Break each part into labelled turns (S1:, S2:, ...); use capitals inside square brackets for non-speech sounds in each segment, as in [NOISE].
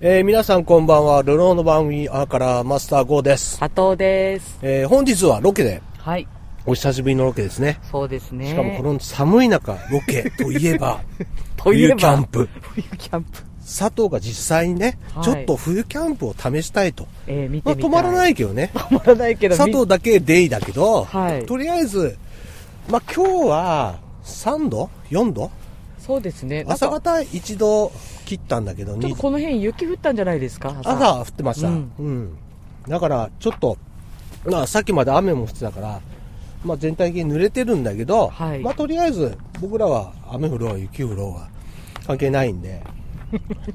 S1: えー皆さんこんばんは、ルノーの番組アーからマスター GO です。
S2: 佐藤です。
S1: えー本日はロケで、
S2: はい。
S1: お久しぶりのロケですね。
S2: そうですね。
S1: しかもこの寒い中、ロ
S2: [LAUGHS]
S1: ケといえば、
S2: といえば
S1: 冬キャンプ。
S2: 冬キャンプ。
S1: 佐藤が実際にね、
S2: はい
S1: ちょっと冬キャンプを試したいと。
S2: えー、見
S1: ま
S2: て
S1: あ、
S2: みたい。。
S1: 止まらないいけどね。
S2: 止まらないけど、
S1: 佐
S2: み
S1: 藤だけデイだけど、
S2: はい
S1: とりあえず、まあ、今日は3度 ?4 度
S2: そうですね。なんか
S1: 朝方一度切ったんだけど、
S2: ちょっとこの辺雪降ったんじゃないですか
S1: 朝降ってました、う
S2: うんん
S1: だからちょっと、まあ、さっきまで雨も降ってたから、まあ、全体的に濡れてるんだけど、
S2: はい
S1: まあ、とりあえず僕らは雨降ろう雪降ろうは関係ないん
S2: [LAUGHS]
S1: で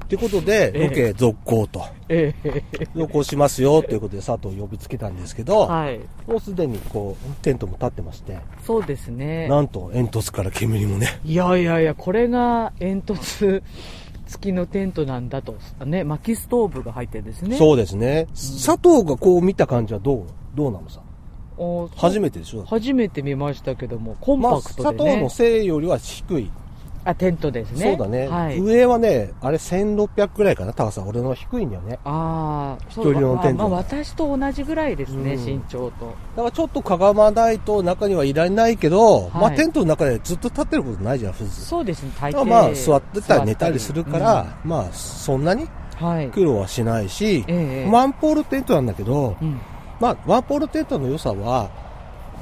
S1: ってことで
S2: ええ
S1: ロケ続行と、
S2: ええ
S1: 続行しますよということで佐藤を呼びつけたんですけど、
S2: はい。
S1: もうすでにこうテントも立ってまして
S2: そうですね。
S1: なんと煙突から煙もね
S2: いやいやいや、これが煙突付きのテントなんだと。ね、薪ストーブが入ってるんですね。う。
S1: そうですね、佐藤がこう見た感じはどうどうなのさ
S2: おそう
S1: 初めてでしょだって
S2: 初めて見ましたけども、コン
S1: まあ、
S2: パク
S1: 佐
S2: トで
S1: 藤
S2: ね。
S1: のせいよりは低い
S2: あ、テントですね。
S1: そうだね、
S2: はい。
S1: 上はね、あれ1600くらいかな、高さ。俺の低いんだよね。
S2: ああ、
S1: 一人用のテント
S2: まあ、まあ私と同じぐらいですね、
S1: うん
S2: 身長と。
S1: だからちょっとかがまないと中にはいられないけど、
S2: い
S1: まあテントの中でずっと立ってることないじゃん、普通。
S2: そうですね、大
S1: だか
S2: 抵
S1: らまあ座ってたり寝たりするから、、まあそんなに
S2: 座ったりうんはい。
S1: 苦労はしないし、
S2: ええ
S1: ワンポールテントなんだけど、
S2: うん
S1: まあワンポールテントの良さは、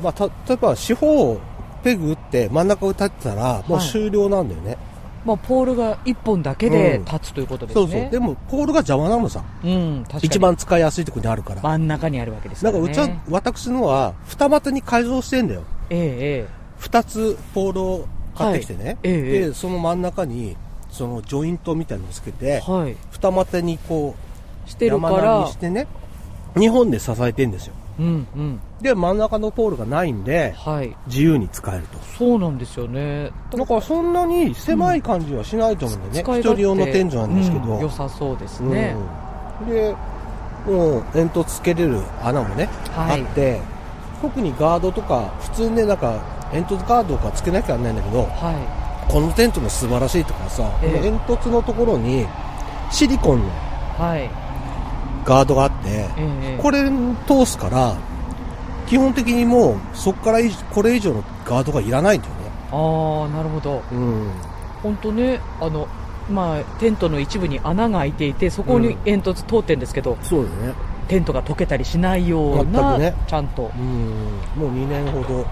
S1: まあた例えば四方をペグ打って真ん中を立ってたらもう終了なんだよね。
S2: まあ、ポールが一本だけで
S1: うん
S2: 立つということです
S1: そ
S2: ね。
S1: うそう。でもポールが邪魔なのさ。
S2: うん、確かに。
S1: 一番使いやすいところにあるから。
S2: 真ん中にあるわけです
S1: な
S2: か、
S1: んから
S2: ね。
S1: うちは、私のは、二股に改造してんだよ。
S2: え
S1: 二つポールを買ってきてね。
S2: ええええ
S1: で、その真ん中に、そのジョイントみたいなのをつけ
S2: え
S1: て、
S2: はい。
S1: 二股にこ
S2: し
S1: う、
S2: てるか
S1: 山なり
S2: ら
S1: し、てね、二本で支えてんですよ。
S2: うん、うん。
S1: で、真ん中のポールがないんで、
S2: はい。
S1: 自由に使えると。
S2: そうなんですよね。
S1: だからそんなに狭い感じはしないと思うんだよね。一人用の天井なんですけど。
S2: うん良さそうですね。
S1: うん、で、もう煙突つけれる穴もね、
S2: はい
S1: あって、特にガードとか、普通ね、なんか煙突ガードとかつけなきゃなんないんだけど、
S2: は
S1: このテントも素晴らしいとかさ、
S2: ええ
S1: この煙突のところにシリコンの
S2: い。はい。
S1: ガードがあって、
S2: ええ
S1: これ通すから、基本的にもうそこからいこれ以上のガードがいらないんだよね。
S2: ああ、なるほど。
S1: うん。
S2: 本当ね、あの、まあ、テントの一部に穴が開いていて、そこに煙突通ってんですけど、
S1: そうだね。
S2: テントが溶けたりしないような、
S1: 全くね
S2: ちゃんと
S1: うん。もう2年ほど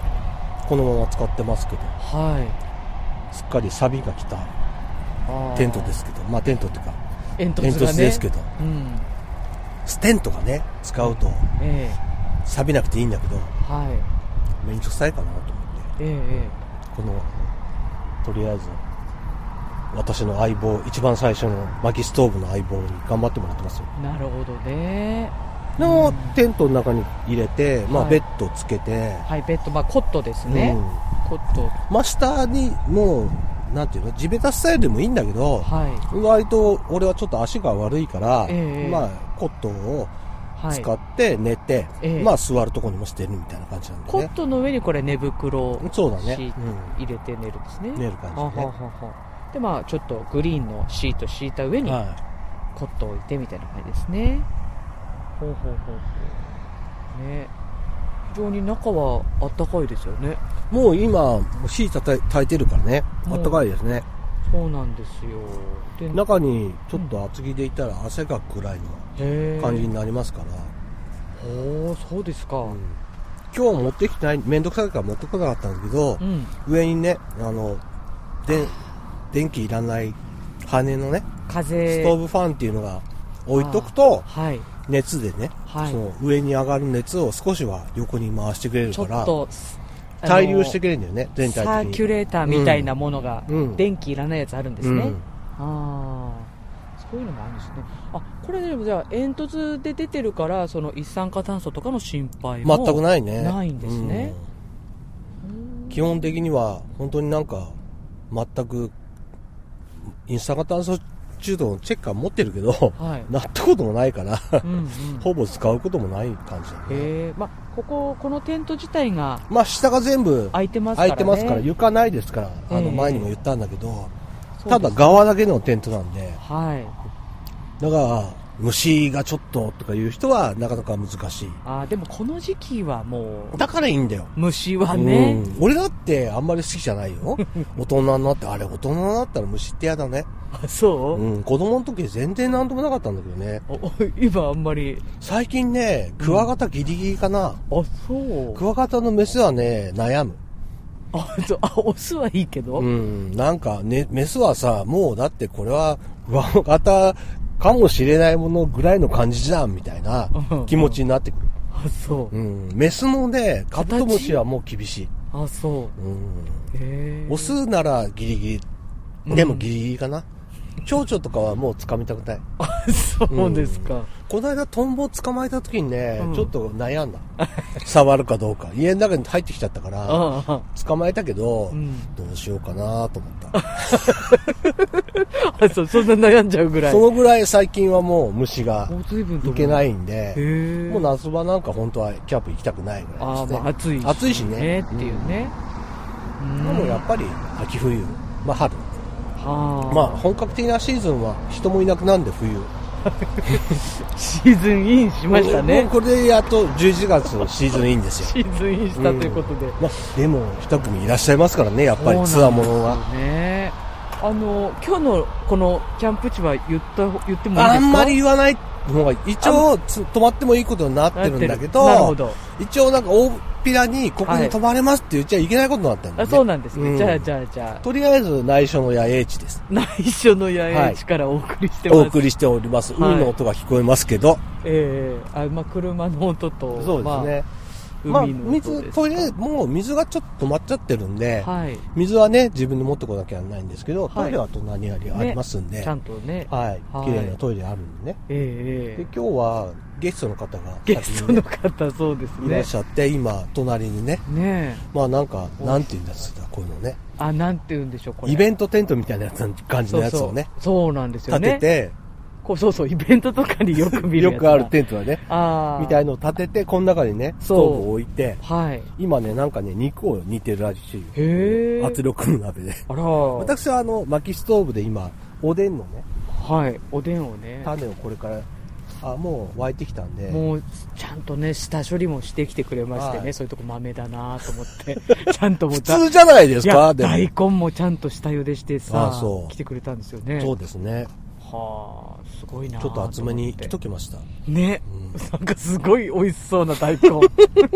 S1: このまま使ってますけど。
S2: はい
S1: すっかりサビが来た
S2: あー
S1: テントですけど、まあテントっていうか、
S2: 煙突が、
S1: 煙
S2: ね、
S1: 突ですけど、
S2: うん
S1: ステンとかね、使うと、
S2: ええ
S1: サビなくていいんだけど、
S2: はい
S1: めんどくさいかなと思って、
S2: えええ
S1: この、とりあえず、私の相棒、一番最初の薪ストーブの相棒に頑張ってもらってますよ。
S2: えなるほどね
S1: の、テントの中に入れて、まあ
S2: はい
S1: ベッドつけて、
S2: はいベッドまあコットですね、
S1: う
S2: コット
S1: ん。まあ下に、もう、なんていうの、地べたスタイルでもいいんだけど、
S2: は
S1: 割と俺はちょっと足が悪いから、
S2: ええ
S1: まあコットンを
S2: いはい
S1: 使って寝て、
S2: ええ
S1: まあ座るとこにもしてるみたいな感じなんで
S2: コッ
S1: ね。
S2: トの上にこれ寝袋を
S1: そうだね
S2: 敷いて
S1: うん
S2: 入れて寝るんですね
S1: 寝る感じね
S2: ははははでまあちょっとグリーンのシート敷いた上に
S1: は
S2: コットを置いてみたいな感じですねほうほうほうほうね非常に中はあったかいですよね
S1: い。もう今、シート炊いてるからね、
S2: うん
S1: あったかいですね。
S2: そうなんですよで
S1: 中にちょっと厚着でいたら汗かくぐらい
S2: へ
S1: の
S2: ー
S1: 感じになりますから。
S2: おおそうですか
S1: う
S2: うんん、
S1: 今日持ってきてない、めんどくさいから持ってこなかったんだけど、上にね、あの、で電気いらない羽のね、
S2: 風
S1: ストーブファンっていうのが置いとくと、
S2: はい
S1: 熱でね、
S2: はい
S1: その上に上がる熱を少しは横に回してくれる
S2: ち
S1: か
S2: ょっ
S1: ら、
S2: と
S1: 対流して
S2: く
S1: くれるんだよね、全体的に。
S2: サーキュレーターみたいなものが、
S1: うん
S2: 電気いらないやつあるんですね、
S1: うん
S2: ああそういうのもあるんですねあこれでもじゃあ煙突で出てるからその一酸化炭素とかの心配も
S1: 全くないね。
S2: ないんですね
S1: うん。基本的には、本当になんか、全く、インスタン炭素中毒のチェッカー持ってるけ
S2: [LAUGHS]
S1: ど、
S2: はい
S1: なったこともないから、
S2: うんうん、へ
S1: ほぼ使うこともない感じだね。
S2: えまあこここのテント自体が
S1: まあ、下が全部
S2: 開いてますから、
S1: 空
S2: ね、
S1: いてますから、床ないですから、あ
S2: え
S1: の、
S2: え
S1: 前にも言ったんだけど、
S2: そうです
S1: ただ側だけのテントなんで、
S2: はい
S1: だから、虫がちょっととかいう人はなかなか難しい。
S2: あーでもこの時期はもう
S1: だからいいんだよ。
S2: 虫はね、
S1: うん、俺だってあんまり好きじゃない
S2: [LAUGHS]
S1: よ。大人になって、あれ大人になったら虫って嫌だね。
S2: あ [LAUGHS] そう、
S1: うん、子供の時全然なんともなかったんだけどね。
S2: お [LAUGHS] 今あんまり
S1: 最近ね、クワガタギリギリかな。
S2: あそう
S1: クワガタのメスはね、悩む。
S2: あそうあオスはいいけど、
S1: うん、なんか、ね、メスはさ、もうだってこれは、クワガタかもしれないものぐらいの感じじゃん、みたいな
S2: うん
S1: 気持ちになってくる。
S2: あそう
S1: う、ん、メスのね、カブトムシはもう厳しい。
S2: あそう
S1: うん、
S2: へえ
S1: オスならギリギ
S2: うん
S1: リ。でもギリギリかな。蝶々とかはもう掴みたくない。
S2: あそうですか、
S1: この間トンボを捕まえた時にね、
S2: うん
S1: ちょっと悩んだ。触るかどうか。家の中に入ってきちゃったから、
S2: ああ
S1: 捕まえたけど、
S2: うん
S1: どうしようかなと思った。
S2: あそうそんな悩んじゃうぐらい
S1: そのぐらい最近はもう虫が
S2: もう随分と
S1: いけないいん
S2: へ
S1: で、
S2: え
S1: もう夏場なんか本当はキャンプ行きたくないぐら
S2: ああ
S1: いですね
S2: まあ。暑い
S1: 暑いしね
S2: ねっていうね、うん
S1: でもやっぱり秋冬、まあ春。
S2: はあ
S1: まあ本格的なシーズンは人もいなくなんで冬。
S2: シーズンインしました
S1: も
S2: ね
S1: う。これでやっと11月のシーズンいいんですよ。
S2: シーズンインしたということで。
S1: まあでも二組いらっしゃいますからね、やっぱりツアーものは。
S2: そうね。あの、今日のこのキャンプ地は言った、言ってもいいですか
S1: あんまり言わない方がいい一応つ泊まってもいいことになってるんだけど
S2: なるほど。
S1: 一応なんか大っぴらにここに泊まれますって言っちゃいけないことになったん
S2: あ
S1: だよね
S2: そうなんですね。
S1: うん
S2: じゃあじゃあじゃあ、
S1: とりあえず内緒の野営地です
S2: 内緒の野営地からお送りしてます。
S1: お送りしております、
S2: はい
S1: 海の音が聞こえますけど
S2: ええあ、まあ、車の音と、ま
S1: まあ、
S2: あ、
S1: まあ
S2: 海の音
S1: 水
S2: です。
S1: とりあえずもう水がちょっと止まっちゃってるんで、
S2: はい。
S1: 水はね自分で持ってこなきゃならないんですけ
S2: は
S1: ど、
S2: い
S1: トイレは隣にあり,、ありますんで
S2: ちゃんとね。
S1: はい
S2: はい
S1: 綺麗なトイレあるんでね、
S2: え
S1: で
S2: え
S1: 今日はゲストの方が
S2: ゲスト
S1: 先に
S2: の
S1: ね
S2: 方、そうです
S1: いらっ
S2: ね。
S1: しゃって今隣にね
S2: ねえ。
S1: まあなんか、なんて言うんですか、こういうのね。
S2: あ、なんて言うんでしょう、これ。
S1: イベントテントみたいなやつな感じのやつをね、
S2: そうそうそうなんですよ
S1: 立
S2: ね。
S1: てて、
S2: こうそうそう、イベントとかによく見るやつ
S1: よ
S2: だ
S1: くあるテントだね、
S2: ああ。
S1: みたいのを立てて、この中にね、スト
S2: そう
S1: ーブを置いて、
S2: はい。
S1: 今ね、なんかね、肉を煮てるらしいよ。
S2: へー
S1: 圧力の鍋で。
S2: あら。
S1: 私はあの、薪ストーブで今、おでんのね、
S2: はい。おでんをね。
S1: 種をこれから、あ、もう沸いてきたんで、
S2: もう、ちゃんとね、下処理もしてきてくれましてね、
S1: はい
S2: そういうとこ豆だなと思って。 [LAUGHS] ちゃんともう
S1: 普
S2: だ
S1: 通じゃないで
S2: い
S1: す
S2: や、
S1: か、でも。
S2: 大根もちゃんと下茹でしてさ
S1: あ、そう
S2: 来てくれたんですよね。
S1: そうですね。
S2: はあ、すごいな
S1: ちょっと厚めに切っと
S2: き
S1: きました。
S2: ね、 [LAUGHS]
S1: うん
S2: なんかすごい美味しそうな大根。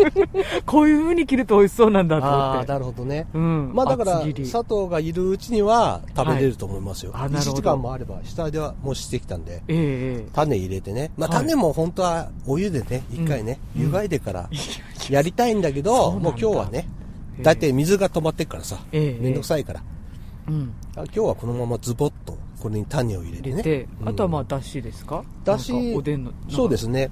S2: [LAUGHS] こういう風に切ると美味しそうなんだと
S1: あ
S2: 思
S1: あ
S2: っ
S1: ー、
S2: て。
S1: なるほどね。
S2: うん。
S1: まあだから、
S2: 厚
S1: 佐
S2: 切り
S1: 藤がいるうちには食べれると思いますよ。
S2: はいあ
S1: 1
S2: なるほど
S1: 時間もあれば、下ではもうしてきたんで、
S2: ええええ
S1: 種入れてね。まあ
S2: はい
S1: 種も本当はお湯でね、一回ね、
S2: うん
S1: 湯がいでからやりたいんだけ
S2: そ
S1: ど、
S2: うなんだ
S1: もう今日はね、
S2: ええ
S1: [LAUGHS] だいたい水が止まってっからさ、
S2: ええ
S1: めんどくさいから。
S2: うん、
S1: あ今日はこのままズボッと、これに種を入れて
S2: 入
S1: ね。
S2: れて、
S1: うん
S2: あとはまあだしですか
S1: だし
S2: なんかおでんのなんか
S1: そうですね。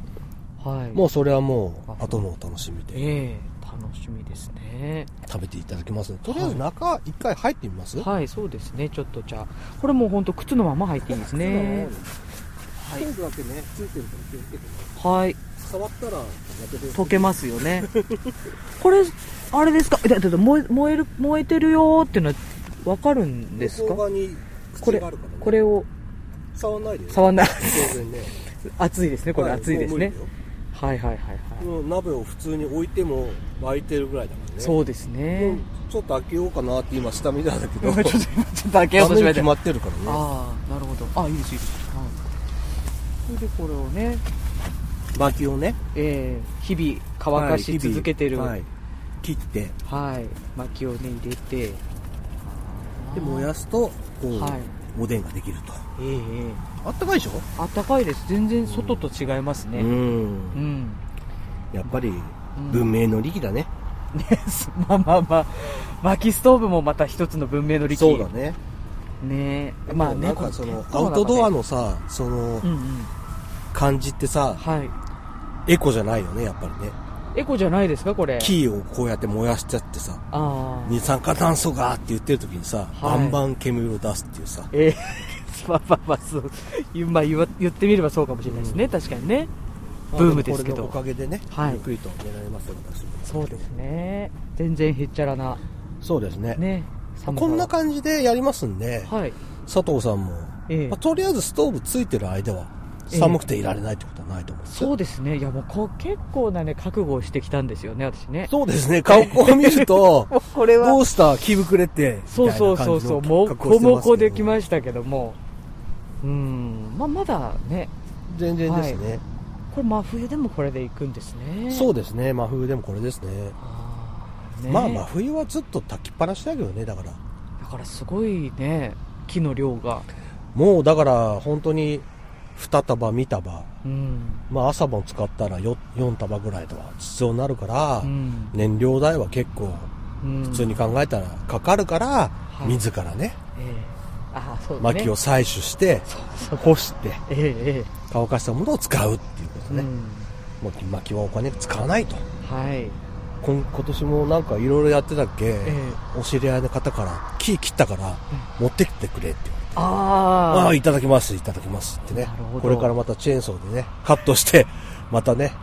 S2: はい
S1: も
S2: う
S1: うそれはもう、後のお楽しみで
S2: ええ楽しみですね
S1: 食べていただきます。とりあえず中、一回入ってみます
S2: はいそうですねちょっとじゃあこれもうほんと靴のまま入っていいんですね
S1: はい。テントだけね、ついてるから気をつけてね。
S2: はい
S1: 触ったら、やけど
S2: 溶けますよねこれあれですかえだだだ燃え燃える燃えてるよーっていうのはわかるんです
S1: 向こ
S2: か
S1: う側に
S2: こ
S1: 口
S2: れ
S1: があるからね。
S2: これを
S1: 触んないでよ。
S2: 触んない
S1: 当然ね。
S2: 熱いですねこれ
S1: はい
S2: 熱いですね
S1: もう
S2: はいはいはいはい、
S1: 無理だよもう鍋を普通に置いても沸いてるぐらいだからね。
S2: そうですね、
S1: もうちょっと開けようかなって今下見たんだけ
S2: [LAUGHS]
S1: ど。
S2: 今ちょっと今ちょっと開けようと
S1: ダ
S2: しま
S1: メに
S2: い
S1: 決
S2: た
S1: まってるからね。
S2: ああなるほどあいいですいいです、はい、それでこれをね、
S1: 薪をね。
S2: えー日々乾かし続けてる
S1: は
S2: はい
S1: い、切って。
S2: 薪をね入れて
S1: で、燃やすと、こう、
S2: はい
S1: おでんができると。
S2: ええええ
S1: あったかいでしょ
S2: あったかいです全然外と違いますね
S1: ん
S2: う。ん、
S1: やっぱり、
S2: うん
S1: 文明の利器だね。
S2: ねす [LAUGHS] まあまあまあ薪ストーブもまた一つの文明の利器
S1: そうだね。
S2: ねまあね
S1: なんかその、
S2: こ
S1: アウトドア
S2: の
S1: のさ、その
S2: う、んうん
S1: 感じってさ、
S2: は
S1: エコじゃないよね、やっぱりね。
S2: いエコじゃないですかこれ
S1: キーをこうやって燃やしちゃってさ、
S2: ああ
S1: 二酸化炭素がーって言ってる時にさ、
S2: はい
S1: バンバン煙を出すっていうさ、
S2: え [LAUGHS] ー、まあまあまあそう、言うまあ、言わ言ってみればそうかもしれないですね、確かにねブームですけ
S1: まあ
S2: ど
S1: もこれのおかげでね、
S2: はい
S1: ゆっくりと寝られますよ、私も
S2: そうですね全然へっちゃらな
S1: そうですね。
S2: ね
S1: こんな感じでやりますんで、
S2: じはい
S1: 佐藤さんも、
S2: ええ
S1: まあとりあえずストーブついてる間は、
S2: ええ
S1: 寒くていられないってことはないと思うんですよ
S2: そうですね。いや、もうこう結構なね、覚悟をしてきたんですよね、私ね。
S1: そうですね、顔を見る
S2: [LAUGHS]
S1: と、
S2: もうこれは
S1: どうした着膨れて、
S2: そうそうそうそう、もうこもこできましたけども、うん、まあ、まだね、
S1: す。全然ですね、
S2: これ、真冬でもこれで行くんですね。
S1: そう
S2: う
S1: ですね、真冬でもこれですね。
S2: ね、
S1: まあ真冬はずっと炊きっぱなしだけどね、だから。
S2: だからすごいね、木の量が、
S1: もうだから本当に2束、3束、
S2: うん、
S1: まあ朝も使ったら 4, 4束ぐらいとか必要になるから、
S2: うん
S1: 燃料代は結構
S2: 普
S1: 普通に、考えたらかかるから、
S2: い
S1: 自らね、
S2: ええああ、そうだね、
S1: 薪を採取して、
S2: そう
S1: 干して、
S2: えええ
S1: 乾かしたものを使うっていうこと
S2: え、
S1: ね。
S2: うん
S1: もう薪はお金使わないと。
S2: はい、え
S1: 今今年もなんかいろいろやってたっけ、
S2: え
S1: お知り合いの方から木切ったから持ってきてくれって言われて、あ
S2: あ
S1: あ
S2: あ、
S1: いただきますいただきますってね
S2: なるほど
S1: これからまたチェーンソーでねカットしてまたね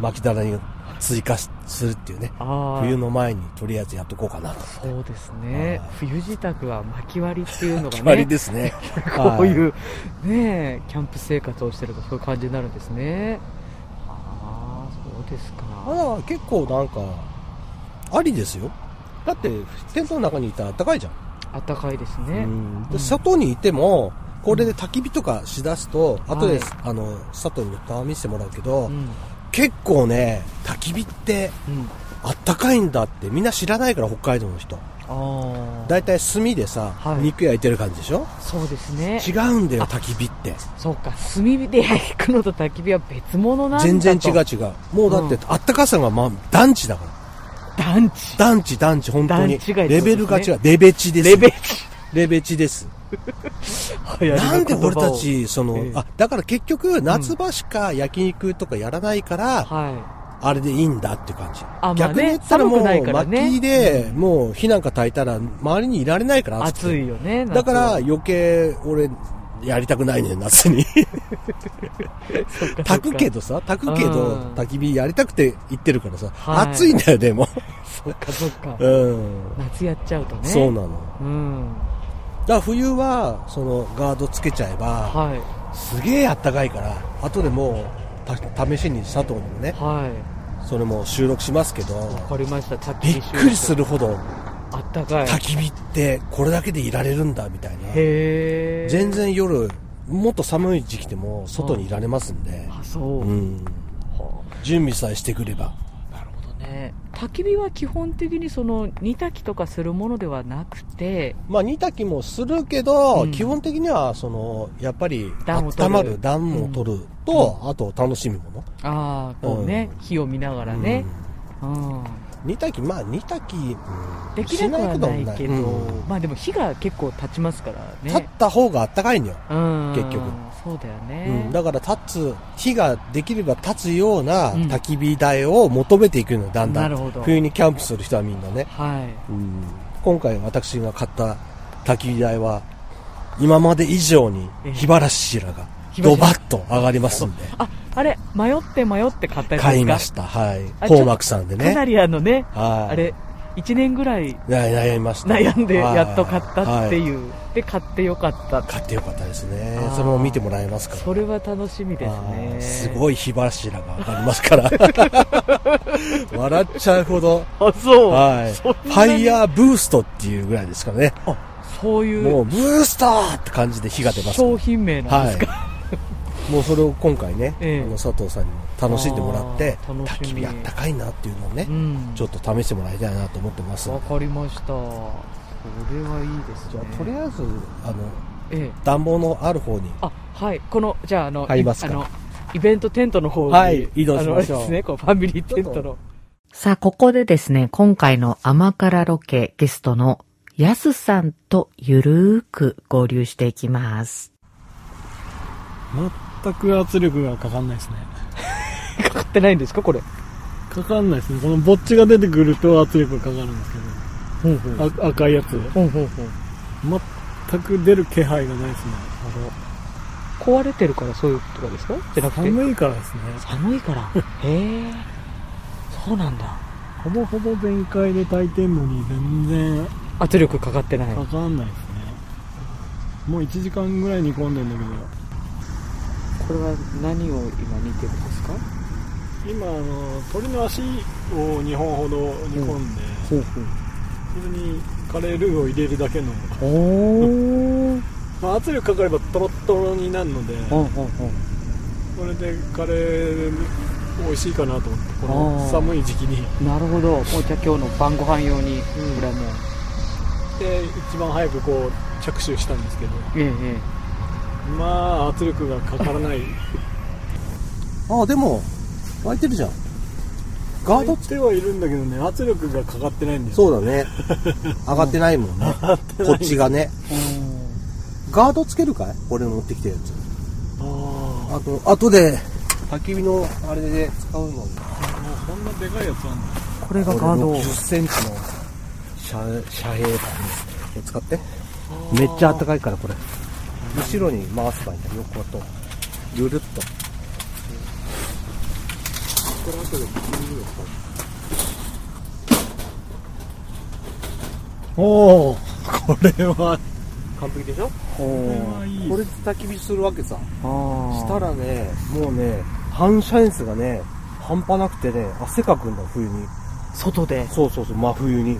S1: 薪棚に追加しするっていうね
S2: ああ
S1: 冬の前にとりあえずやっとこうかなと
S2: そうですね
S1: はい、
S2: 冬支度は薪割りっていうのが
S1: 決まり
S2: ね、
S1: ですね
S2: [LAUGHS] こういうう、ねえ、キャンプ生活をしてるとそういう感じになるんですね。ああ、そうですか。
S1: まだから結構なんかありですよだってテントの中にいたら暖かいじゃん
S2: あったかいです
S1: う
S2: ね。
S1: ん
S2: う
S1: で
S2: ん
S1: 外にいても、これで焚き火とかしだすと、
S2: はい
S1: 後で、あの、外にタワー見せてもらうけど、
S2: うん。
S1: 結構ね、焚き火って
S2: うん。
S1: あったかいんだってみんな知らないから北海道の人。
S2: あ
S1: だいたい炭でさ、
S2: はい
S1: 肉焼いてる感じでしょ
S2: あ。そうですね。
S1: 違うんだよ、焚き火って。
S2: そうか、炭火で [LAUGHS] 焼くのと焚き火は別物なんだと。
S1: 全然違う。違う。もうだって、
S2: う
S1: あったかさがまあ、団地だから。
S2: 団地。
S1: 団地、団地、本当に。
S2: 団地街ってこと
S1: レ
S2: ですね
S1: ベルが違う。レベチです。
S2: レベル。
S1: レベチです。なんで俺た、ち、その、
S2: ええ
S1: あ、だから結局、夏場しか焼肉とかやらないから、
S2: は
S1: あれでいいんだって感じ。
S2: あまあね
S1: 逆に言ったらも
S2: 寒くないか
S1: う、
S2: らね
S1: 薪で、もう火なんか焚いたら、周りにいられないか
S2: い。
S1: ら暑く
S2: 暑
S1: て
S2: いよね。
S1: だから
S2: 夏は、
S1: 余計、俺、やりたくないね、夏に。
S2: そっかそっ
S1: 焚
S2: か
S1: くけ。どさ、焚くけ
S2: う
S1: ど
S2: ん、
S1: 焚き火やりたくて行ってるからさ、
S2: はい
S1: 暑いんだよ、
S2: [LAUGHS]
S1: でも。
S2: そっかそっか。
S1: うん。
S2: 夏やっちゃうとね。
S1: そうな
S2: の。
S1: の。
S2: うん。
S1: だから冬は、その、ガードつけちゃえば、
S2: は
S1: すげえあったかいから、後でもう、た試しに佐藤にも
S2: い。
S1: ね、
S2: は
S1: それも収録しますけど、
S2: い。わかりました。焚
S1: び
S2: き火
S1: っ
S2: しよう
S1: くりするほど、
S2: あったかい。
S1: 焚き火ってこれだけでいられるんだみたいな
S2: へえ。
S1: 全。然夜もっと寒い時期でも外にいられますんで、
S2: あ、そう。
S1: うん、
S2: は
S1: 準備さえしてくれば
S2: あなるほどね。焚き火は基本的にその煮炊きとかするものではなくて、
S1: まあ煮炊きもするけど、
S2: うん
S1: 基本的にはそのやっぱり
S2: 暖を取る
S1: 温まる暖を取ると、あと楽しむもの、
S2: ああ、こうね、
S1: うん
S2: 火を見ながらね。うん。
S1: うん煮炊きまあ煮炊き、うん
S2: できなくは
S1: し
S2: ないけど、
S1: うん
S2: まあでも火が結構立ちますから
S1: 立っ
S2: ね。
S1: た方があったかいんだよ、
S2: うん。
S1: 結局。
S2: そうだよ
S1: う
S2: ね
S1: ん、。だから立つ火ができれば立つような
S2: うん
S1: 焚き火台を求めていくのよだんだ
S2: なんるほど。
S1: 冬にキャンプする人はみんなね、
S2: はい。
S1: うん、今回私が買った焚き火台は今まで以上に火晴らしらが
S2: 火
S1: ド
S2: 柱
S1: バッと上がりますんで
S2: あ、あれ、迷って迷って買ったやつですか
S1: 買いましたはい
S2: あちょ
S1: 宝幕さんで
S2: かな
S1: ね
S2: りあのね、
S1: はい
S2: あれ、1年ぐらい
S1: な悩みました
S2: 悩んで
S1: はい
S2: やっと買ったって
S1: は
S2: いう、で買ってよかった
S1: 買ってよかったですね
S2: あー
S1: それも見てもらえますから
S2: それは楽しみですね
S1: あーすごい火柱が上がりますから [LAUGHS] 笑っちゃうほど
S2: あそう、
S1: はい。フ
S2: そんなに
S1: ァイヤーブーストっていうぐらいですからね。
S2: そうい
S1: も
S2: う
S1: うブーストーって感じで火が出ますから。
S2: 商品名なんですか、
S1: はい。もうそれを今回ね、
S2: ええ
S1: あの佐藤さんにも楽しんでもらって、
S2: あー楽
S1: 焚
S2: し
S1: き
S2: み
S1: 火あったかいなっていうのをね
S2: う、ん
S1: ちょっと試してもらいたいなと思ってますん
S2: わ
S1: で。
S2: かりましたこれはいいですね
S1: じゃあ、とりあえず、あの、
S2: ええ
S1: 暖房のある方に。
S2: あはいこのじゃああの
S1: 入りますか
S2: あのイベントテントの方に、
S1: はい移動しましょう
S2: あのあれですねこうファミリーテントの
S3: さあ、ここでですね、今回の甘辛ロケゲストのやすさんとゆるーく合流していきます。
S4: 全く圧力がかかんないですね
S2: かかってないんですかこれ
S4: かかんないですねこのぼっちが出てくると圧力がかかるんです
S2: ほんほん
S4: けどあ赤いやつ
S2: ほんほんほん
S4: 全く出る気配がないですね
S2: 壊れてるからそういうことかですかじゃなくて
S4: 寒いからですね
S2: 寒いからへえそうなんだ
S4: ほぼほぼ全開で炊いてんのに全然
S2: 圧力かかってない
S4: かかんないですねもう1時間ぐらい煮込んでんだけど
S2: これは何を今煮てるんですか
S4: 今あの鳥の足を2本ほど煮込んで、
S2: ほうほう
S4: それにカレールーを入れるだけの、
S2: おー
S4: まあ、圧力かかればトロットロになるので
S2: ほうほうほう
S4: これでカレー美味しいかなと思ってこ
S2: あ
S4: の
S2: ー
S4: 寒い時期に
S2: なるほどもうじゃあ今日の晩ご飯用に
S4: うん
S2: これはもう
S4: で一番早くこう着手したんですけど
S2: ええええ
S4: まあ圧力がかからない
S1: ああ、でも、開いてるじゃん。ガード
S4: っ、てはいるんだけどね圧力がかかってないんですよ
S1: そうだね。上がってないもん
S4: [LAUGHS]
S1: ね。こっちがね。ガードつけるかい俺の持ってきたやつ。
S4: あ
S1: あと、後で、焚き火のあれで使うの。
S4: あもうこんなでかいやつなんだ
S2: これがガード
S1: 10センチの遮遮蔽板を使って。めっちゃ暖かいから、これ。後ろに回すからね、横と。ゆるっと。
S4: これ後で切るよおおこれは
S1: 完璧でしょ
S2: おー
S4: い
S1: これで焚き火するわけさ。
S2: あー
S1: したらね、もうね、反射熱がね、半端なくてね、汗かくんだ、冬に。
S2: 外で
S1: そうそうそう、真冬に。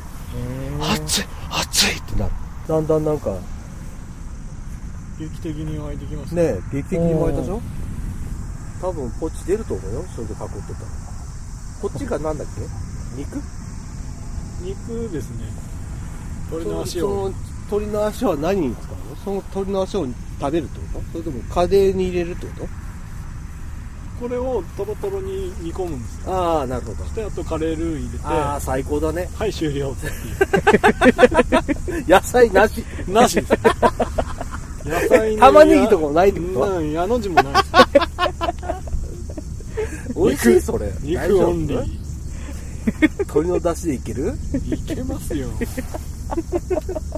S1: 暑い暑いってなる。だんだんなんか、
S4: 劇的に湧いてきますね
S1: ね、劇的に湧いたでしょ多分こっち出ると思うよ、それで囲ってたら。こっちがなんだっけ肉
S4: 肉ですね鳥の足
S1: そ
S4: を
S1: の鳥の足は何に使うのその鳥の足を食べるってことそれともカレーに入れるってこ
S4: これをトロトロに煮込むんですよ
S1: とああ、なるほど。
S4: そしてあとカレールー入れて
S1: ああ、
S4: は
S1: 最高だね。
S4: い終了ってい
S1: 野菜 [LAUGHS] なし。
S4: うなしです [LAUGHS] 野菜の
S1: 玉ねぎとかもないってこと
S4: うんやの字もない [LAUGHS] です
S1: 美味しいそれ。大
S4: 肉
S1: 丈夫
S4: オンリー
S1: 鳥の出汁でいける
S4: いけます [LAUGHS] よ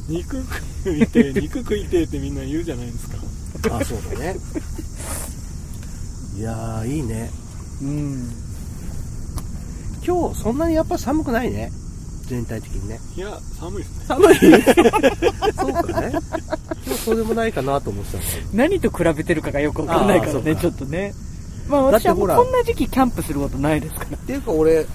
S4: 肉食いてえ肉食いてえってみんな言うじゃないですか
S1: あそうだねいやーいいね
S2: うん
S1: 今日そんなにやっぱ寒くないね全体的にね
S4: いや寒いですね
S1: 寒いそうかね今日そうでもないかなと思ってたんだ
S2: 何と比べてるかがよくわかんないから
S1: あ
S2: ね
S1: ー
S2: ちょっとねまあ
S1: だっ
S2: 私
S1: て
S2: はも
S1: ほ
S2: う
S1: ら
S2: こんな時期キャンプすることないですから
S1: っていうか俺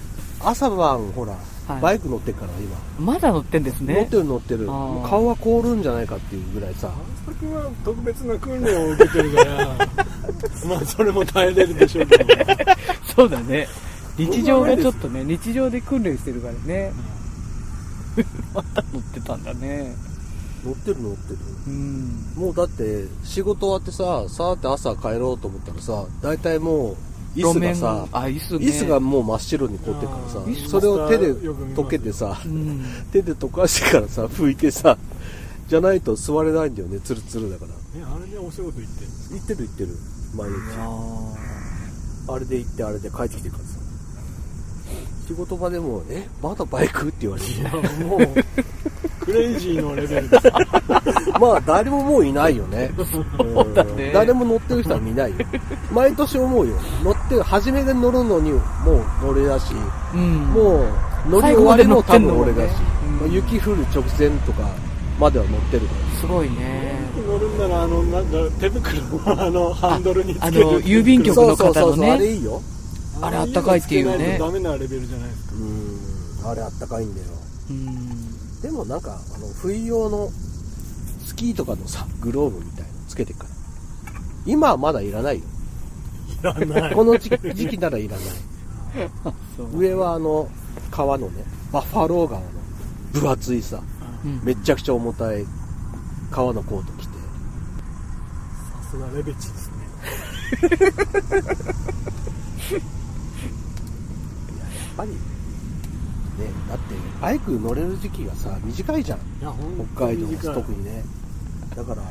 S1: 朝晩ほら、
S2: はい
S1: バイク乗ってっから今、
S2: まだ乗ってんです
S1: 乗っ
S2: ね
S1: てる乗ってる
S2: あー
S1: もう顔は凍るんじゃないかっていうぐらいさ
S4: そこは特別な訓練を受けてるから [LAUGHS] まあそれも耐えれるでしょうけど
S2: そうだ [LAUGHS] ね日常がちょっとね日常で訓練してるからね [LAUGHS] また乗ってたんだね
S1: [LAUGHS] 乗ってる乗ってる
S2: うん
S1: もうだって仕事終わってささーって朝帰ろうと思ったらさ大体もう椅子が
S2: 路
S1: さ
S2: 面あ椅子ね
S1: 椅子がもう真っ白に凍ってるからさ
S4: あー
S1: それを手で
S4: よく見ます
S1: 溶けてさ
S2: うん
S1: 手で溶かしてからさ [LAUGHS] 拭いてさじゃないと座れないんだよねツルツルだから
S4: ねあれでお仕事行って
S1: 行ってる行ってる毎日あれで行ってあれで帰ってきてるからさ仕事場でも「えまだバイク?」って言われて [LAUGHS]
S4: いやもうクレイジーのレベルです
S1: まあ誰ももういないよね
S2: そうだね
S1: 誰も乗ってる人は見ないよ毎年思うよ乗って初めが乗るのにもう俺だし
S2: うん
S1: もう乗り終わりも多
S2: 最後まで乗ってんの
S1: 分
S2: もね
S1: 俺だし、
S2: うん
S1: まあ雪降る直前とかまでは乗ってるから
S2: すごいね
S4: 乗るんならあのなんか手袋のあのハンドルにつける
S2: あの郵便局
S1: そう
S2: の
S1: そう
S2: 方
S1: そ
S2: の
S1: うそう、あれ
S2: ね
S1: いいよ
S2: あれあったかいっていうね
S4: ああのつけないとダメなレベルじゃないですか
S1: うんあれあったかいんだよ
S2: うん
S1: でもなんかあの冬用のスキーとかのさグローブみたいのつけてっから今はまだいらないよ
S4: いら
S2: [LAUGHS]
S4: ない
S1: この時時期ならいらない
S2: そう
S1: 上はあの川のねバッファロー川の分厚いさ
S2: うん
S1: めっちゃくちゃ重たい川のコート着て
S4: さすがレベチですね
S1: やっぱりねだってバイク乗れる時期がさ短いじゃん
S4: いや本
S1: 北海道は特にねだから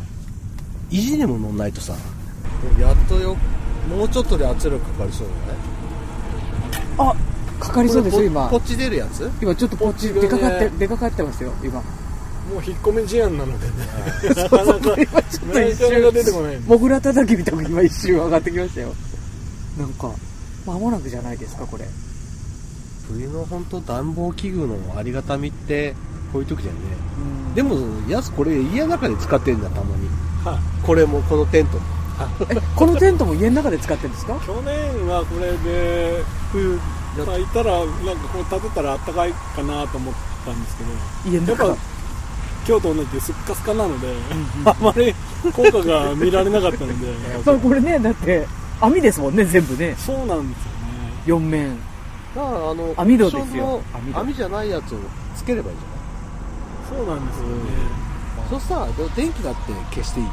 S1: 意地でも乗んないとさやっとよもうちょっとで圧力かかりそうだね
S2: あかかりそうですよ今
S1: こっち出るやつ
S2: 今ちょっとポッチ
S4: こっちが
S2: 出か
S4: ね
S2: かって出かかってますよ [LAUGHS] 今
S4: もう引っ込め事案な
S2: [LAUGHS]
S4: のでねなかなか
S2: ちょっと
S4: な
S2: 一
S4: かなか
S2: 瞬
S4: 出てこない
S2: モグラ叩きみたいなのが今一瞬上がってきましたよなんか間もなくじゃないですかこれ
S1: 冬の本当暖房器具のありがたみってこういう時だよね
S2: うん
S1: でもやすこれ家の中で使ってんだたまに
S4: は
S1: これもこのテントも
S2: このテントも家の中で使ってるんですか
S4: 去年はこれで冬炊いたらなんかこれ立てたらあったかいかなと思ったんですけど
S2: 家の
S4: やっぱ
S2: 中
S4: 今日と同じですっかすかなので、あまり効果が見られなかったので
S2: [LAUGHS] まあこれねだって網ですもんね全部ね
S4: そうなんです
S2: 4
S4: よね
S2: 面
S1: だからあの
S2: 網戸ですよ
S1: クッション
S2: 網
S1: の
S2: 戸
S1: 網じゃないやつをつければいいじゃない
S4: そうなんですよね、
S1: そしたら電気だって消していいよ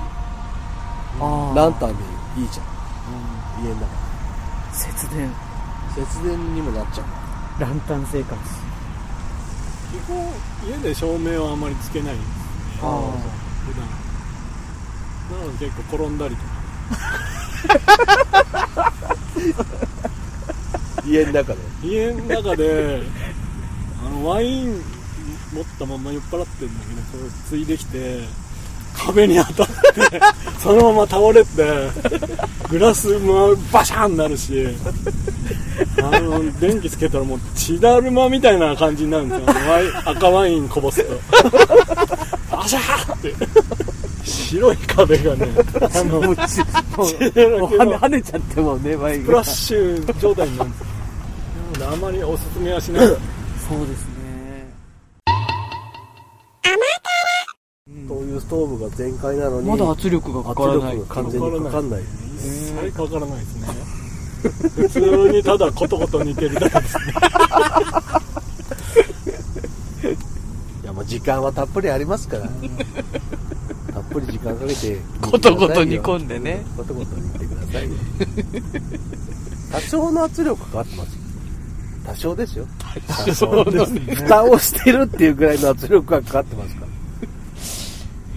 S2: ああ
S1: ランタンでいいじゃん家の中
S2: 節電
S1: 節電にもなっちゃ
S2: [LAUGHS]
S1: う
S2: ランタン生活
S4: 基本家で照明はあまりつけないんです
S2: ああ
S4: 普段なので結構転んだりとか
S1: 家の中で
S4: 家の中であのワイン持ったまま酔っ払ってるんだけどそれついできて壁に当たってそのまま倒れてグラスもバシャンなるしあの電気つけたらもう血だるまみたいな感じになるんですよワイン赤ワインこぼすとバシャーって白い壁がねあの
S2: もうち
S4: 血だら
S2: もう
S4: け
S2: 跳ね
S4: の
S2: 跳ねちゃってもうね前
S4: スプラッシュ状態になるんですよなのであまりおすすめはしない
S2: そうですね
S1: 灯油ストーブが全開なのに
S2: まだ圧力がか
S1: 圧
S2: からない
S1: 力
S4: [LAUGHS]
S1: が完全にかかんない
S4: 一切かからないですね普通にただコトコト似てるだけですね
S1: いやもう時間はたっぷりありますからたっぷり時間かけて
S2: [LAUGHS] ことこと煮込んでね
S1: [LAUGHS] ことこと煮てくださいよ多少の圧力かかってますよ多少ですよ
S4: そうですね
S1: 蓋をしてるっていうぐらいの圧力がかかってますから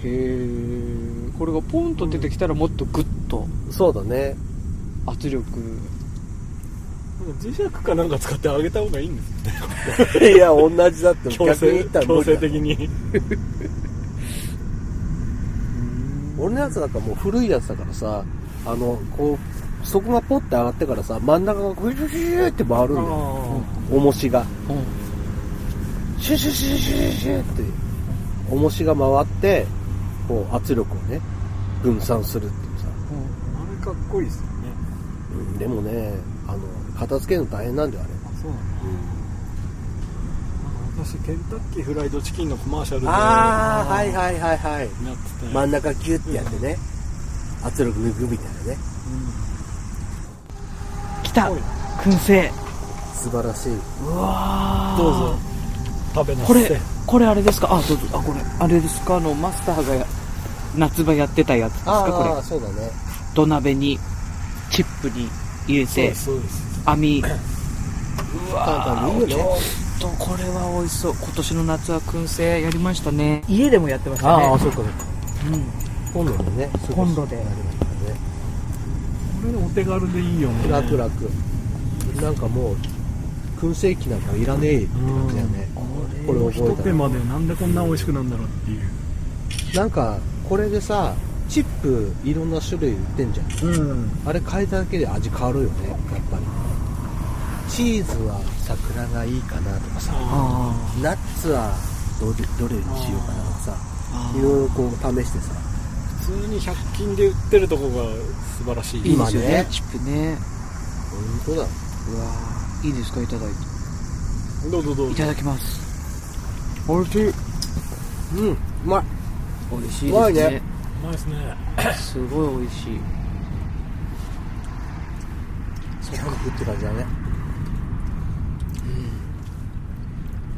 S2: へえこれがポンと出てきたらもっとグッと
S1: そうだ
S2: [LAUGHS]
S1: ね
S2: 圧力
S4: 磁石かなんか使ってあげた方がいいんですよ
S1: いや同じだって
S4: 強
S1: 逆に言
S4: 制
S1: ったら
S4: 強
S1: 無理
S4: 制
S1: だ
S4: 的に
S1: 俺のやつなんかもう古いやつだからさあのこう底がポッて上がってからさ真ん中がグシュシュシュって回るんだよ重しが
S2: う
S1: シュシュシュシュシュって重しが回ってこう圧力をね分散するっていうさ、
S2: んうん
S4: あれかっこいいですよね
S1: うんでもねあの片付けるの大変なんだよあれ、
S4: あそうなんだ私ケンタッキーフライドチキンのコマーシャルでや
S1: ああはいはいはいはい
S4: ってた
S1: 真ん中ギュッてやってね、圧力抜くみたいなね
S2: 来た燻製
S1: 素晴らしいう
S2: わー
S4: どうぞ食べな
S2: こ
S4: さい
S2: れこれあれですかあどうぞあこれあれですかあのマスターがや夏場やってたやつですかこれ
S1: あそうだね
S2: 土鍋にチップに入れ
S4: そうで
S2: て
S4: すそうです
S2: 網
S1: 簡単にいいよね
S2: ちょっとこれは美味しそう今年の夏は燻製やりましたね家でもやってましたね
S1: そうかそうか
S2: うん
S1: コンロでね
S2: コンロで
S1: やりましたね
S4: これでお手軽でいいよね
S1: 楽々なんかもう燻製機なんかいらねえって感じだよね、これ覚えたら
S4: 間でなんでこんな美味しくなんだろうっていう
S1: なんかこれでさチップいろんな種類売ってんじゃん
S4: うん
S1: あれ変えただけで味変わるよねやっぱりチーズは桜がいいかなとかさ
S4: あ
S2: あ
S1: ナッツはどれどれにしようかなとかさ
S2: あ
S1: いろいろこう試してさ
S4: ー普通に100均で売ってるとこが素晴らし
S2: い
S4: い
S2: いですよ
S1: 今
S2: ね
S1: ね
S2: チップね
S1: 本
S2: う
S1: 当だ
S2: わーいいですかいただいて
S4: どうぞどう
S2: い
S4: ぞ
S2: ただきます美味しい
S1: うんうまい
S2: 美味しいう
S1: ま
S2: で
S1: い
S2: す
S1: ね
S2: ね
S4: うまいですね
S2: すごい美味しい
S1: 近くって感じだね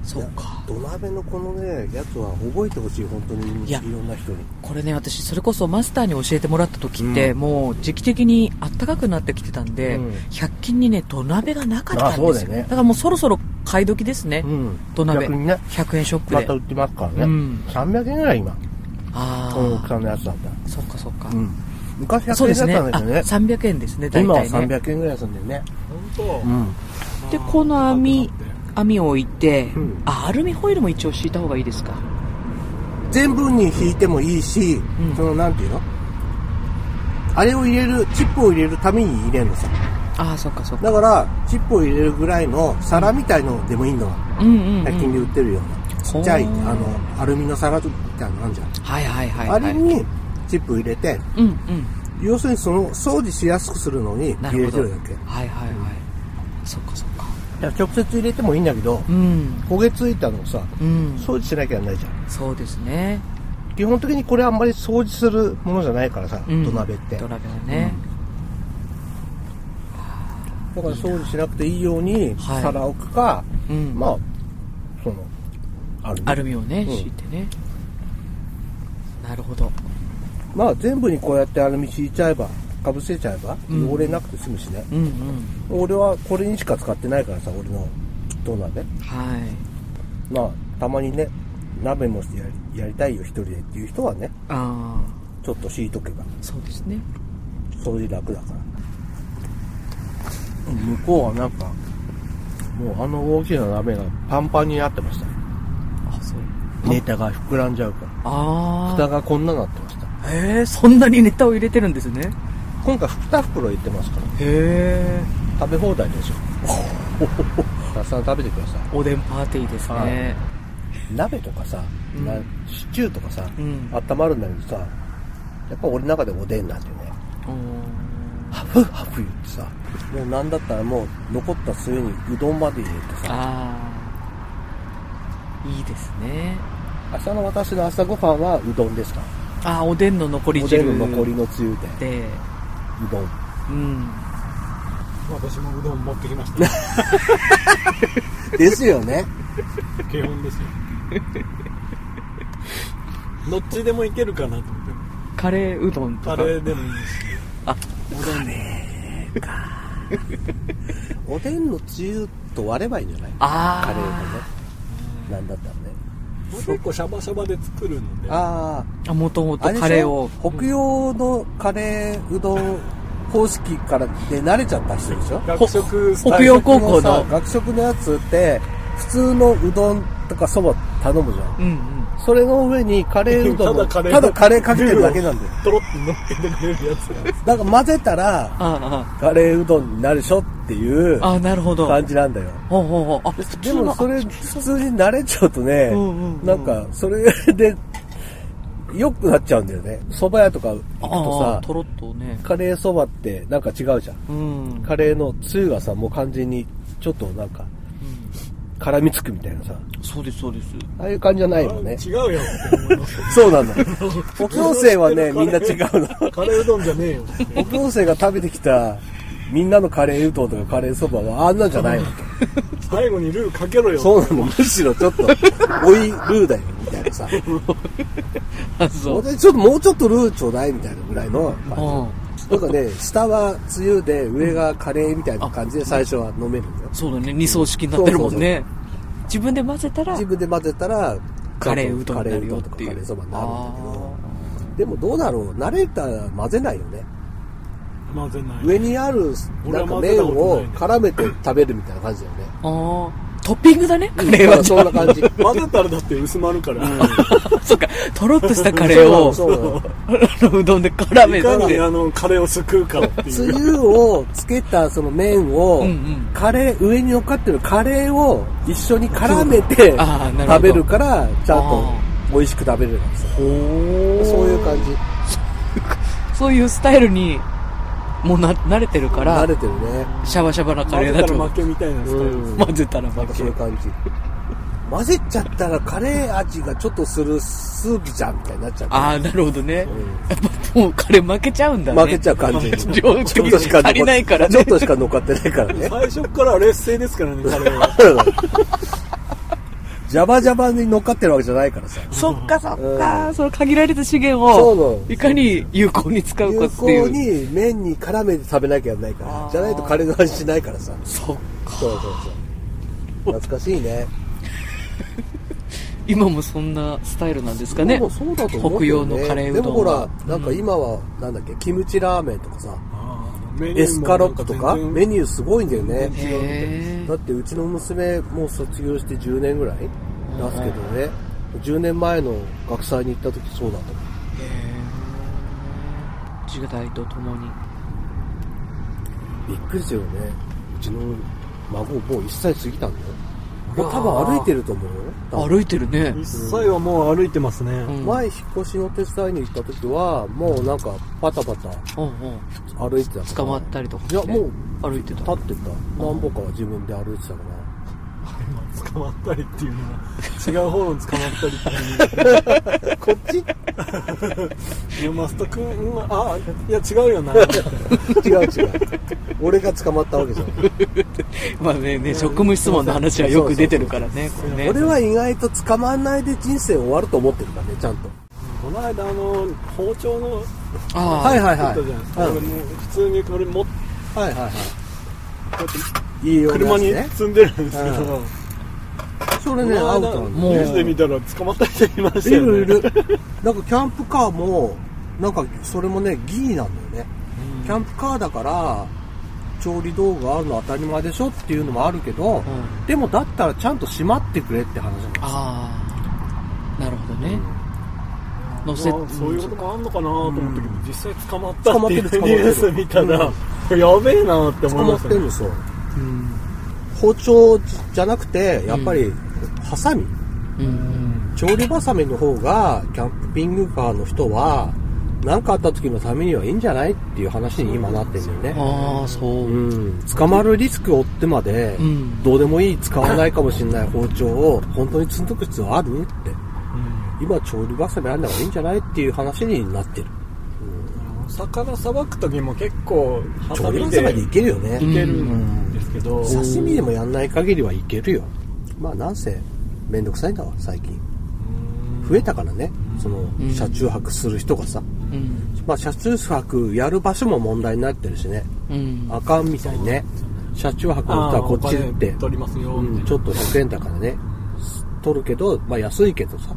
S2: そうか
S1: 土鍋のこのねやつは覚えてほしい本当に
S2: い
S1: い
S2: や
S1: ろんな人に
S2: これね私それこそマスターに教えてもらった時って、もう時期的に暖かくなってきてたんで、
S1: うん
S2: 100均にね土鍋がなかったんですよ
S1: あそうだよね
S2: からもうそろそろ買い時ですね、
S1: ん
S2: 土鍋
S1: 逆にね
S2: 100円ショップ
S1: ま
S2: で、
S1: た売ってますからね、
S2: うん
S1: 300円ぐらい今
S2: あ
S1: この大き
S2: あ
S1: さのやつだったら
S2: そっかそっか、
S1: うん昔
S2: そう
S1: 100
S2: で
S1: 円
S2: す
S1: だ
S2: ね
S1: ったんだけ
S2: あ
S1: どね
S2: 300円ですね大
S1: 今は
S2: 体ね
S1: 300円ぐらいするんだよね
S4: 本当、
S1: ん
S2: でこの網網を置いて、
S1: ん
S2: あアルミホイルも一応敷いた方がいいですか
S1: 全部に引いてもいいし、
S2: うん
S1: そのなんていうのあれを入れるチップを入れるために入れるのさ
S2: ああそっかそっか
S1: だからチップを入れるぐらいの皿みたいのでもいいの
S2: うんうん、う
S1: 100均
S2: ん、
S1: で売ってるようなちっちゃいあ
S2: ほう
S1: のアルミの皿みたいなのあるじゃん、
S2: はいはいはい
S1: あ
S2: はい
S1: れにチップ入れて
S2: うんうん
S1: 要するにその掃除しやすくするのに
S2: な
S1: 入
S2: るほ
S1: れて
S2: ど
S1: るだけ
S2: はいはいはい、そっかそっか
S1: だから直接入れてもいいんだけど
S2: うん
S1: 焦げついたのをさ
S2: うん
S1: 掃除しなきゃなんないじゃん
S2: そうですね
S1: 基本的にこれあんまり掃除するものじゃないからさ、
S2: うん
S1: 土鍋ってだ
S2: 土
S1: か
S2: 鍋はね、
S1: ら掃除しなくていいように
S2: はい
S1: 皿置くか、
S2: うん
S1: まあそのある
S2: アルミをね、
S1: うん
S2: 敷いてねなるほど
S1: まあ全部にこうやってアルミ敷いちゃえばかぶせちゃえば
S2: うん
S1: 汚れなくて済むしね、
S2: うんうん
S1: 俺はこれにしか使ってないからさ俺の土鍋
S2: はい
S1: まあたまにね鍋もやりやりたいよ一人でっていう人はね
S2: あ
S1: ちょっと敷いとけば
S2: あそうですね
S1: 掃除楽だから向こうはなんかもうあの大きな鍋がパンパンになってました
S2: あそう
S1: ネタが膨らんじゃうから
S2: あ
S1: 蓋がこんななってました
S2: あへえそんなにネタを入れてるんですね
S1: 今回2袋入ってますから
S2: へえ
S1: 食べ放題 [LAUGHS] ですよたくさん食べてくださ
S2: おでんパーティーですね、
S1: はいい鍋とかさ、
S2: うん
S1: なシチューとかさ、
S2: うん
S1: 温まるんだけどさやっぱ俺の中でおでんなんだよね
S2: うん
S1: ハフハフ言ってさもうなんだったらもう残ったつゆにうどんまで入れてさ
S2: ああいいですね
S1: 明日の私の朝ごはんはうどんですから
S2: ああおでんの残り
S1: おで
S2: 汁
S1: んの残りのつゆで
S2: で
S1: うどん
S2: うん
S4: 私もうどん持ってき
S2: [LAUGHS]
S4: ました
S1: ですよね
S4: 基本ですよどっちでもいけるかなと思って
S2: カレーうどんと
S4: カ
S2: か
S4: レーでもいいし
S1: おでんのつゆと割ればいいんじゃない
S2: ああ
S1: カレーのねなんだったらね
S4: 結構シャバシャバで作るので
S1: あ
S2: あもともと
S1: ああれでしょ
S2: カレーを
S1: 北洋のカレーうどん方式からで慣れちゃった人でしょ
S4: 学食スタイル
S2: 北洋高校の
S1: さ学食のやつって普通のうどんとかそば頼むじゃん
S2: うんうん
S1: それの上にカレーうどんの
S4: ただカレー
S1: ただカレーかけてるだけなん
S2: [LAUGHS]
S1: だよ
S4: トロッと乗っけてくれるやつが
S1: だから混ぜたら
S2: ああ
S1: カレーうどんになるでしょっていう
S2: あああなるほど
S1: 感じなんだよ
S2: ほうほうほうあ普
S1: で
S2: 通の
S1: もそれ普通に慣れちゃうとね、
S2: うんうんうん
S1: なんかそれで良くなっちゃうんだよね蕎麦屋とか行くと
S2: あ
S1: さ
S2: あとろっとね
S1: カレー蕎麦ってなんか違うじゃん
S2: うん
S1: カレーのつゆがさもう完全にちょっとなんか絡みつくみたいなさ
S2: そうですそうです
S1: ああいう感じじゃないのね
S4: 違うよって思いますよ
S1: そうなの補強生はねみんな違うの
S4: カレーうどんじゃねえよって
S1: 補強生が食べてきたみんなのカレーうどんとかカレーそばはあんなんじゃないの
S4: 最後にルーかけろよ
S1: そうなのむしろちょっと追いルーだよみたいなさ
S2: あ [LAUGHS] そ
S1: もうちょっともうちょっとルーちょうだいみたいなぐらいの
S2: うん
S1: なんかね下はつゆで上がカレーみたいな感じで最初は飲めるんだよ
S2: そうだね二層式になってるもんね自分で混ぜたら
S1: 自分で混ぜたら
S2: カレーうどん
S1: カ
S2: に
S1: レ
S2: な
S1: ー
S2: る
S1: う
S2: よ
S1: どん
S2: っ
S1: とか
S2: て
S1: カ
S2: い
S1: レ
S2: う
S1: ーそばになるんだけど
S2: あ
S1: でもどうだろう慣れたら混ぜないよね
S4: 混ぜない
S1: 上にあるなんか麺を絡めて食べるみたいな感じだよ
S2: [LAUGHS]
S1: ね
S2: ーあートッピングだねカレーはじゃ
S1: そんな感じ
S4: 混ぜたらだって薄まるから、
S2: あ [LAUGHS] そうかとろっとしたカレーを
S1: そうなのそうなの
S2: あのうどんで絡め
S4: いかに
S2: て
S4: あのカレーをすくうかって
S1: つ
S4: いう
S1: ゆをつけたその麺を、
S2: うんうん
S1: カレー、上に乗っかってるカレーを一緒に絡めて
S2: あーなるほど
S1: 食べるから、ちゃんと
S2: あ
S1: 美味しく食べれるんですよ。
S2: そう
S1: そう
S2: い
S1: いう感じ。
S2: そういうスタイルにもうな慣れてるか
S1: 慣
S2: ら
S1: れてるね。
S2: シャバシャバなカ
S4: 混
S2: レ
S4: ぜ
S2: ー
S4: た
S2: だ
S4: ら
S2: と
S4: 負けみたいなスタイル
S1: うん
S2: 混ぜたら
S1: なん
S2: 負
S1: か
S2: け
S1: そういう感じ。混ぜちゃったらカレー味がちょっとするスープじゃんみたいになっちゃうから。
S2: ああなるほどねやっぱもうカレー負けちゃうんだね
S1: 負けちゃう
S2: [LAUGHS]
S1: 感じ。
S2: ちょっとしか足りないからね
S1: ちょっとしか乗っかってないか
S2: [LAUGHS]
S1: らね。
S4: 最初から劣勢で
S1: [LAUGHS]
S4: すからねカレーは
S1: ジャバジャバに乗っかってるわけじゃないからさ。
S2: そっかそっ
S1: う
S2: かその限られた資源
S1: そう
S2: を
S1: なの
S2: いかに有効に使うか
S1: 有
S2: ってい
S1: 効
S2: う
S1: に麺に絡めて食べなきゃいけないか
S2: あ
S1: ら
S2: ー
S1: じゃないとカレーの味しないからさ
S2: そう
S1: そうそうそう懐かしいね
S2: 今もそんなスタイルなんですかね
S1: でもそうだと思うけどね
S2: 北洋のカレーう
S1: で
S2: どん
S1: もほら
S2: は
S1: なんか今はなんだっけキムチラーメンとかさ
S4: メニュ
S1: エ
S4: ー
S1: ス
S4: も
S1: カ
S4: な
S1: ロ
S4: ん
S1: ッ
S4: か
S1: プ
S4: 全
S1: と
S4: 然
S1: かメニューすごいんだよね
S2: へ
S1: だってうちの娘もう卒業して10年ぐらい出すけどね10年前の学祭に行った時そうだと思
S2: え時代とともに
S1: うびっくりするよねうちの孫もう1歳過ぎたんだよもう多分歩いてると思うよ多分
S2: 歩いてるね
S4: 一切はもう歩いてますね、
S2: うん
S1: 前引っ越しの手伝いに行った時はもうなんかパタパタ
S2: うんうん
S1: 歩いてたから
S2: 捕まったりとか
S1: いやもう
S2: 歩いてた
S1: 立ってた何歩かは自分で歩いてたから
S4: 今捕まったりっていうのは違う方の捕まったりっていう
S1: [LAUGHS] こっち
S4: いや、マスト君、うんあ、いや、違うよな。
S1: 違う違う俺が捕まったわ
S4: [LAUGHS]
S1: けじゃない
S2: まあねね職務質問の話はよく出てるからねこれね
S1: 俺は意外と捕まんないで人生終わると思ってるからねちゃんと
S4: この間、あの、包丁の、
S2: ああ
S1: はいはい
S4: あ
S1: は
S4: っ
S1: い
S4: たじゃないですか。
S1: うん
S4: 俺もう普通にこれ持って、
S1: はいはいは
S4: こうやっ
S1: いいい
S4: て
S1: よ
S4: 車に
S1: ね
S4: 積んでるんですけど、
S1: うん
S4: こ
S1: それ
S4: の
S1: ね
S4: 間
S1: アウトなんだ
S2: もう
S4: ニュースで見たら捕まった人いまし
S1: い
S4: たよ、ね。
S1: るいる。なんかキャンプカーも、なんかそれもね、ギーなんだよね。キャンプカーだから、調理道具があるの当たり前でしょっていうのもあるけど、
S2: ん
S1: でもだったらちゃんと閉まってくれって話なんですよ。
S2: ああなるほどね乗せ
S4: まあそういうこともあんのかなと思ったけど、実際捕まった
S1: 捕ま
S4: っ
S1: っててる捕
S4: いう
S1: ま
S4: ニ
S1: ってる
S4: ュース見たら、
S1: うん
S4: これやべえなって思
S1: 捕
S4: い
S1: ま
S4: ま
S1: っ
S4: してた
S1: る
S4: ね
S1: んですよ。包丁じゃなくて、やっぱり、ハサミ、
S2: うんうん
S1: 調理バサミの方が、キャンピングカーの人は、何かあった時のためにはいいんじゃないっていう話に今なってるんだよね。
S2: ああそううん
S1: うん、捕まるリスクを負ってまで、
S2: うん
S1: どうでもいい使わないかもしれない包丁を本当に積んどく必要あるって今調理バサミあるんだからいいんじゃないっていう話になってる
S4: うん魚さばく時も結構、ハサ
S1: 調理
S4: ミ
S1: バ
S4: で
S1: サミでいけるよね、
S2: うん
S4: いけるんですけど、
S1: 刺身でもやんない限りはいけるよまあなんせめんどくさいんだわ最近増えたからねその
S2: うん
S1: 車中泊する人がさ、
S2: うん
S1: まあ車中泊やる場所も問題になってるしね
S2: うん
S1: あかんみたいにね車中泊の人はこっち
S4: あーお
S1: って
S4: 金取りますよ、みたい
S1: うん、
S4: な
S1: ちょっと100円だからね、取るけど、まあ安いけどさ、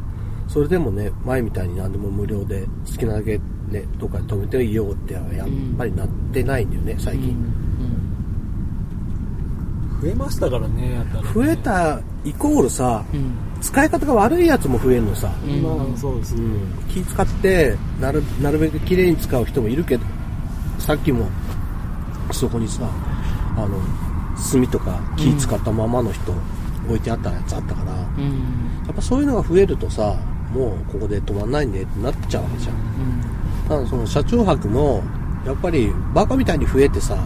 S1: それでもね、前みたいに何でも無料で好きなだけね、どっかに止めていいよってはやっぱりなってないんだよね、最
S2: うん
S1: 近。
S4: 増えましたからねやたらね
S1: 増えたイコールさ、
S2: うん
S1: 使い方が悪いやつも増えるのさ。
S2: うん
S4: まあそうです
S1: う
S4: ね、
S1: ん、気使ってなる、なるべく綺麗に使う人もいるけど、さっきも、そこにさ、あの、炭とか木使ったままの人置いてあったやつあったから、
S2: うん
S1: やっぱそういうのが増えるとさもうここで止まんないんでってなっちゃうわけじゃんただその車中泊もやっぱりバカみたいに増えてさ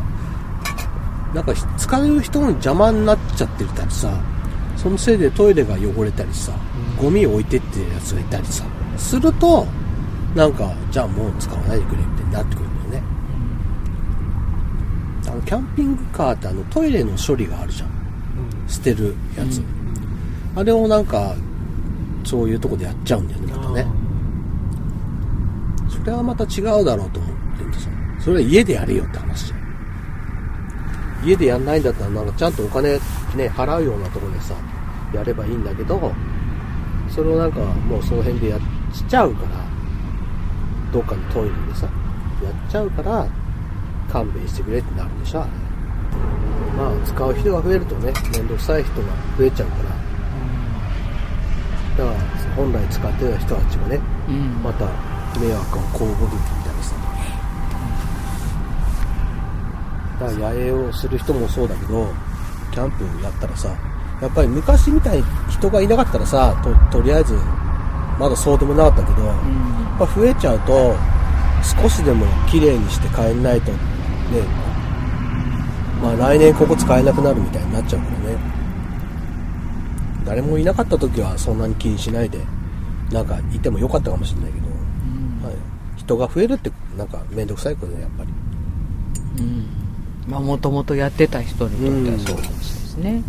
S1: なんかひ使う人の邪魔になっちゃってるたりさそのせいでトイレが汚れたりさゴミ置いてってるやつがいたりさするとなんかじゃあもう使わないでくれみたいになってくるんだよねあのキャンピングカーってあのトイレの処理があるじゃん捨てるやつ、
S2: うん
S1: あれをなんかそういうとこでやっちゃうんだよねま
S4: あ
S1: たねそれはまた違うだろうと思ってるんですよそれは家でやれよって話じゃん家でやんないんだったらなんかちゃんとお金ね払うようなところでさやればいいんだけどそれをなんかもうその辺でやっちゃうからどっかのトイレでさやっちゃうから勘弁してくれってなるんでしょあれまあ使う人が増えるとね面倒くさい人が増えちゃうからだから本来使ってた人たちがね
S2: うん
S1: また迷惑を被るみたいなさだから野営をする人もそうだけどキャンプやったらさやっぱり昔みたいに人がいなかったらさととりあえずまだそうでもなかったけど、
S2: う
S1: や
S2: ん
S1: っぱ増えちゃうと少しでも綺麗にして帰んないとねまあ来年ここ使えなくなるみたいになっちゃうからね誰もいなかった時はそんなに気にしないでなんかいてもよかったかもしれないけど、
S2: うん
S1: はい、人が増えるってなんか面倒くさいことねやっぱり
S2: うんまあもともとやってた人にとってはそうかもしれないですね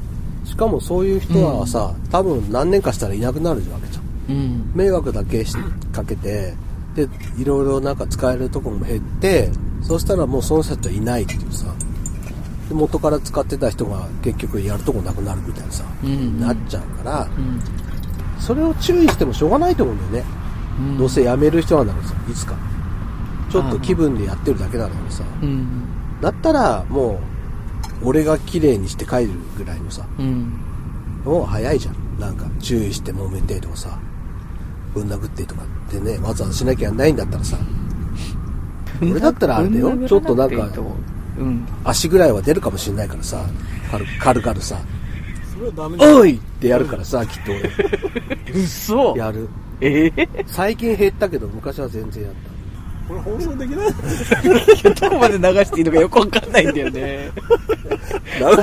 S1: しかもそういう人らはさ、多分何年かしたらいなくなるわけじゃん
S2: うん
S1: 迷惑だけしかけてでいろいろなんか使えるとこも減ってそうしたらもうその人たちはいないっていうさで元から使ってた人が結局やるとこなくなるみたいなさ、
S2: うん
S1: なっちゃうから
S2: うん
S1: それを注意してもしょうがないと思うんだよね、
S2: うん
S1: どうせ辞める人なんだからさいつかちょっと気分でやってるだけなのにさ、
S2: うん
S1: だったらもう俺が綺麗にして帰るぐらいのさ
S2: うん
S1: もう早いじゃんなんか注意して揉めてとかさぶん殴ってとかってねわざわざしなきゃやんないんだったらさ俺だったらあれだよ
S2: ぶん殴ら
S1: ちょっとなんか
S2: くていいと思ううん
S1: 足ぐらいは出るかもしれないからさ軽軽々さ
S4: それはダメだ
S1: おいってやるからさ、きっと
S2: 嘘
S1: 俺。やる。
S2: ええー、 [LAUGHS]
S1: 最近減ったけど、昔は全然やった。
S4: これ放送できない
S2: どこまで流していいのかよくわかんないんだよね。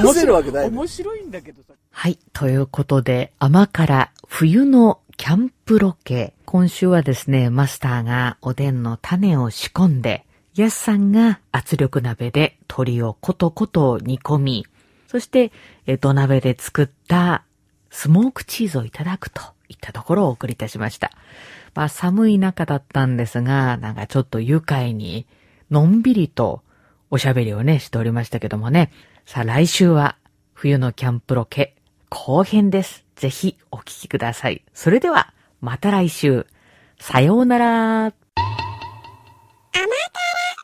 S1: 流せるわけないね
S2: 面白いんだけどさ。
S3: はい。ということで、甘から冬のキャンプロケ。今週はですね、マスターがおでんの種を仕込んで、ヤスさんが圧力鍋で鶏をコトコト煮込み、そして、え土鍋で作ったスモークチーズをいただくといったところをお送りいたしました。まあ寒い中だったんですが、なんかちょっと愉快に、のんびりとおしゃべりをね、しておりましたけどもね。さあ来週は冬のキャンプロケ後編です。ぜひお聞きください。それではまた来週。さようなら。